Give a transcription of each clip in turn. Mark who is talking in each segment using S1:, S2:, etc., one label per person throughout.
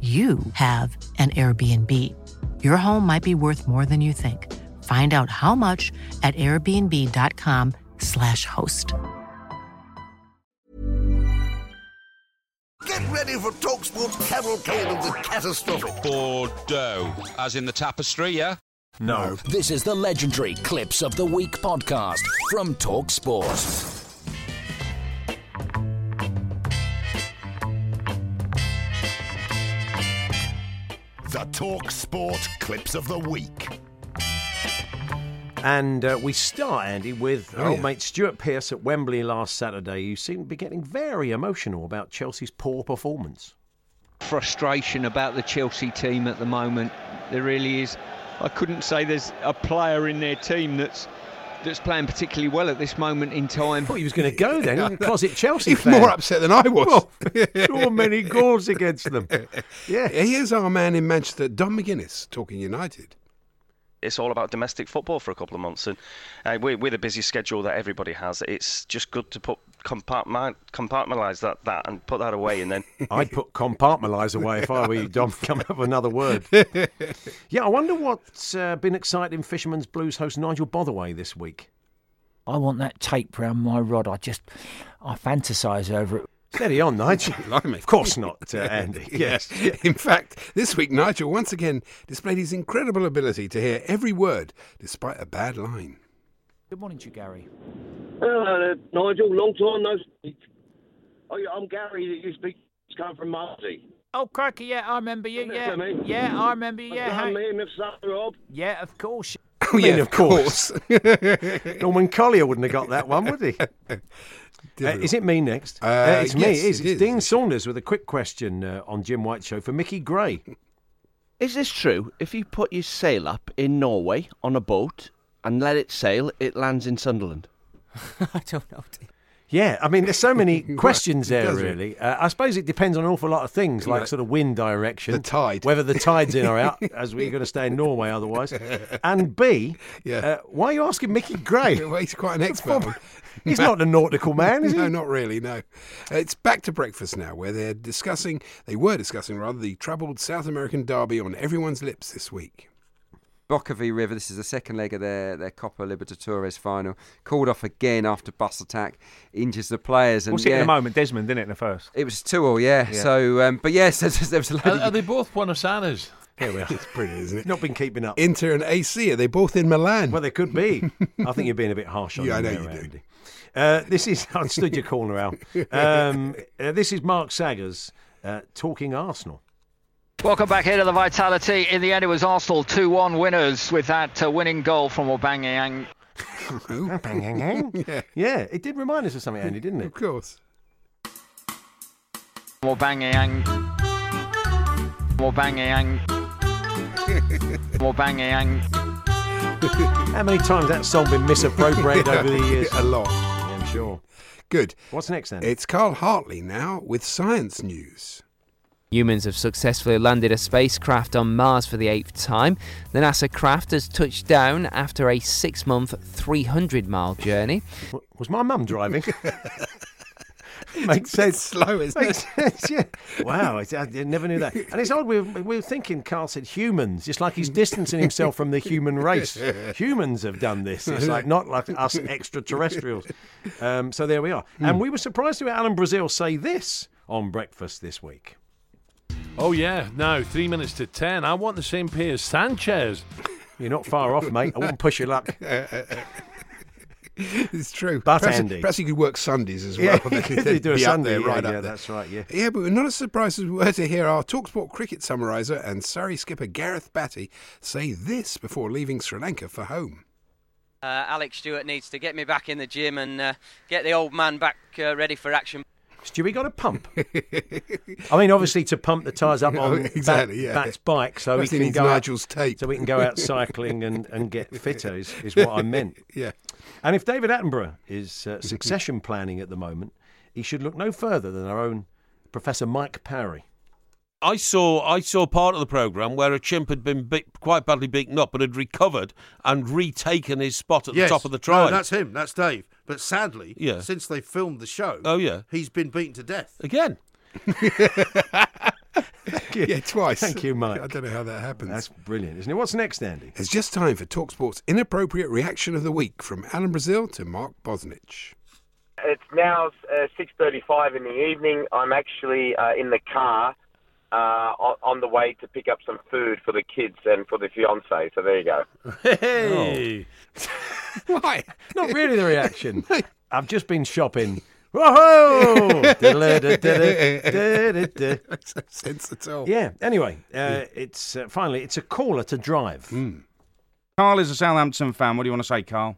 S1: you have an Airbnb. Your home might be worth more than you think. Find out how much at airbnb.com/slash host.
S2: Get ready for TalkSport's cavalcade of the catastrophic.
S3: Bordeaux, as in the tapestry, yeah?
S4: No.
S5: This is the legendary Clips of the Week podcast from Talk Sport.
S2: The Talk Sport Clips of the Week.
S4: And uh, we start, Andy, with our
S2: Oh,
S4: old
S2: yeah.
S4: mate Stuart Pearce at Wembley last Saturday, who seemed to be getting very emotional about Chelsea's poor performance.
S6: frustration about the Chelsea team at the moment. There really is. I couldn't say there's a player in their team that's that's playing particularly well at this moment in time.
S4: Thought he was going to go then, a closet Chelsea
S7: He's
S4: fan.
S7: more upset than I was.
S4: Draw many goals against them. Yeah.
S7: Here's our man in Manchester, Don McGuinness, talking United.
S8: it's all about domestic football for a couple of months, and uh, with, with a busy schedule that everybody has, it's just good to put compartment compartmentalize that that and put that away, and then
S4: I'd put compartmentalise away if I were you, Dom. Come up with another word. Yeah, I wonder what's uh, been exciting Fisherman's Blues host Nigel Botherway this week.
S9: I want that tape round my rod. I just, I fantasise over it.
S4: Steady on, Nigel.
S7: Blimey.
S4: Of course not, uh, Andy. Yes.
S7: In fact, this week Nigel once again displayed his incredible ability to hear every word despite a bad line.
S9: Good morning to you, Gary.
S10: Hello there, Uh, Nigel. Long time no speak. Oh, yeah, I'm Gary that you speak. It's come from Marty.
S9: Oh, crikey, yeah, I remember you,
S10: Isn't it,
S9: yeah.
S10: Sammy?
S9: Yeah, I remember you, yeah.
S10: I'm
S9: How-
S10: here, Miss Rob.
S9: yeah, of course.
S7: Oh,
S4: mean, of course. Uh, Norman Collier wouldn't have got that one, would he? Uh, is it me next?
S7: Uh,
S4: it's me.
S7: yes,
S4: It is.
S7: it
S4: It's
S7: is.
S4: Dean Saunders with a quick question uh, on Jim White's show for Mickey Gray.
S8: Is this true? If you put your sail up in Norway on a boat and let it sail, it lands in Sunderland.
S9: I don't know.
S4: Yeah, I mean, there's so many
S7: Right,
S4: questions
S7: it
S4: there,
S7: does, yeah.
S4: really. Uh, I suppose it depends on an awful lot of things, like
S7: Right.
S4: sort of wind direction,
S7: The tide.
S4: whether the tide's in or out, as we're going to stay in Norway otherwise. And B,
S7: Yeah.
S4: uh, why are you asking Mickey Gray?
S7: Well, he's quite an expert. on-
S4: He's not a nautical man, is he?
S7: No, not really. No, Uh, it's back to breakfast now, where they're discussing. They were discussing rather the troubled South American derby on everyone's lips this week.
S8: Boca v River, this is the second leg of their, their Copa Libertadores final. Called off again after bus attack, injures the players. And yeah,
S9: moment, Desmond, didn't it, in the first?
S8: it was 2 all, yeah. So, um, but yes, there was- there was a load of-
S6: they both Buenos Aires?
S4: Here we are.
S7: It's brilliant, isn't it?
S4: Not been keeping up.
S7: Inter and AC are they both in Milan?
S4: Well, they could be. I think you're being a bit harsh on
S7: Yeah, I
S4: them
S7: know
S4: there,
S7: you do.
S4: Andy. Uh, this is. I stood your corner, Al. Um, uh, this is Mark Saggers uh, talking Arsenal.
S6: Welcome back here to the Vitality. In the end, it was Arsenal 2 1 winners with that uh, winning goal from Obangyang.
S4: Bang, bang, bang. yeah. it did remind us of something, Andy, didn't it?
S7: of course.
S6: Obangyang. Obangyang. Obangyang.
S4: How many times that song been misappropriated over the years?
S7: a lot.
S4: Yeah, I'm sure.
S7: Good.
S4: What's next, Andy?
S7: It's Carl Hartley now with science news.
S8: Humans have successfully landed a spacecraft on Mars for the eighth time. The NASA craft has touched down after a six month, 300 mile journey.
S4: W- Was my mum driving? Makes sense.
S7: Slow, isn't
S4: Makes
S7: it?
S4: sense, yeah. Wow, it's- I never knew that. And it's odd, we were, we were thinking Carl said humans, just like he's distancing himself from the human race. Humans have done this. It's like not like us extraterrestrials. Um, so there we are.
S7: Hmm.
S4: And we were surprised to hear Alan Brazil say this on breakfast this week.
S6: Oh, yeah, now three minutes to 10. I want the same pay as Sanchez.
S4: You're not far off, mate. I wouldn't push your luck.
S7: it's true.
S4: But
S7: perhaps,
S4: Andy.
S7: perhaps you could work Sundays as
S4: Yeah,
S7: well.
S4: you could
S7: They'd
S4: do a
S7: be up
S4: Sunday,
S7: there,
S4: yeah,
S7: right up
S4: yeah,
S7: there.
S4: that's right, yeah.
S7: Yeah, but we're not as surprised as we were to hear our Talksport cricket summariser and Surrey skipper Gareth Batty say this before leaving Sri Lanka for home.
S11: Uh, Alex Stewart needs to get me back in the gym and uh, get the old man back uh, ready for action.
S4: Stewie got a pump. I mean, obviously to pump the tyres up
S7: Oh,
S4: on
S7: exactly,
S4: Bat-
S7: yeah.
S4: Bat's bike, so
S7: Perhaps he
S4: he can
S7: needs
S4: go
S7: Nigel's
S4: out, tape. so we can go out cycling and, and get fitter is, is what I meant.
S7: Yeah.
S4: And if David Attenborough is uh, succession planning at the moment, he should look no further than our own Professor Mike Parry.
S12: I saw I saw part of the program where a chimp had been bit, quite badly beaten up, but had recovered and retaken his spot at
S13: yes.
S12: the top of the
S13: No,
S12: tribe.
S13: that's him. That's Dave. But sadly,
S12: Yeah.
S13: since they filmed the show,
S12: Oh, yeah.
S13: he's been beaten to death.
S12: Again.
S7: Yeah, twice.
S4: Thank you, Mike.
S7: I don't know how that happens.
S4: That's brilliant, isn't it? What's next, Andy?
S7: It's just time for Talksport's inappropriate reaction of the week from Alan Brazil to Mark Bosnich.
S14: It's now uh, 6.35 in the evening. I'm actually uh, in the car uh, on, on the way to pick up some food for the kids and for the fiancée. So there you go.
S4: Hey!
S7: Why?
S4: Oh, Not really the reaction. I've just been shopping. Whoa!
S7: Sense at all.
S4: Oh. Yeah. Hmm. Anyway, uh, it's uh, finally it's a caller to drive.
S15: Carl is a Southampton fan. What do you want to say, Carl?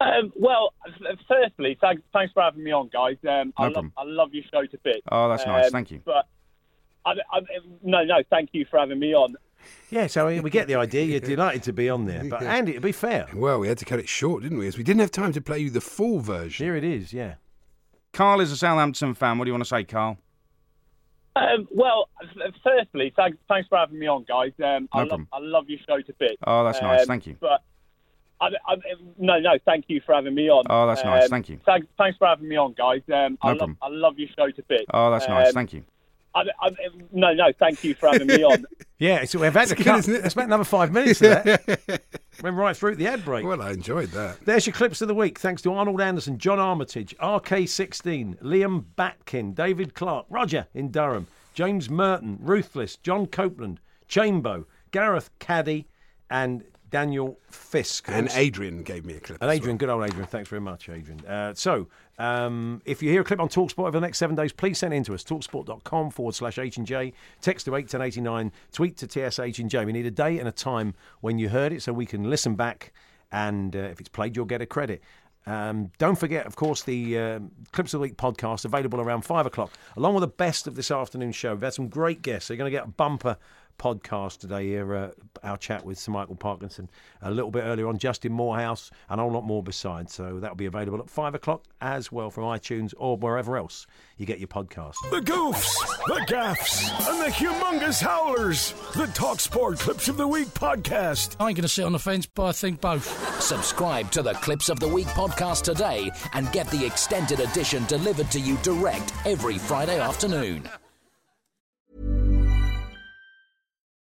S16: Um, well, f- firstly, thanks, thanks for having me on, guys. Um, I, love,
S15: problem.
S16: I love your show to bits.
S15: Oh, that's nice. Thank you.
S16: But I, I, no, no, thank you for having me on.
S4: Yeah, so we get the idea. You're delighted to be on there, but Andy, to be fair,
S7: Well, we had to cut it short, didn't we? As we didn't have time to play you the full version.
S4: Here it is, yeah.
S15: Carl is a Southampton fan. What do you want to say, Carl?
S16: Um, well, f- firstly, thanks, thanks for having me on, guys. Um, I, love,
S15: problem.
S16: I love your show to bits.
S15: Oh, that's nice. Thank you.
S16: Um, But I, I, no, no, thank you for having me on.
S15: Oh, that's nice. Thank you.
S16: Thanks, thanks for having me on, guys. Um,
S15: No
S16: I, love,
S15: problem.
S16: I love your show to bits.
S15: Oh, that's nice.
S16: Um,
S15: Thank you.
S16: I, I, no, no, thank you for having me on.
S4: Yeah, so we've had to cut. It's about another five minutes of that. Went right through the ad break.
S7: Well, I enjoyed that.
S4: There's your clips of the week. Thanks to Arnold Anderson, John Armitage, RK16, Liam Batkin, David Clark, Roger in Durham, James Merton, Ruthless, John Copeland, Chambo, Gareth Caddy, and Daniel Fisk.
S7: And Adrian gave me a clip.
S4: And Adrian, good old Adrian. Thanks very much, Adrian. Uh, so, um, if you hear a clip on Talksport over the next seven days, please send it in to us. Talksport.com forward slash H&J. Text to 81089. Tweet to TSH&J. We need a day and a time when you heard it so we can listen back. And uh, if it's played, you'll get a credit. Um, don't forget, of course, the um Clips of the Week podcast available around five o'clock, along with the best of this afternoon's show. We've had some great guests. So you're going to get a bumper podcast today here, uh, our chat with Sir Michael Parkinson a little bit earlier on, Justin Morehouse, and a whole lot more besides. So that'll be available at five o'clock as well from iTunes or wherever else you get your podcast.
S2: The goofs, the gaffs, and the humongous howlers. The Talksport Clips of the Week podcast.
S5: I ain't going to sit on the fence, but I think both. Subscribe to the Clips of the Week podcast today and get the extended edition delivered to you direct every Friday afternoon.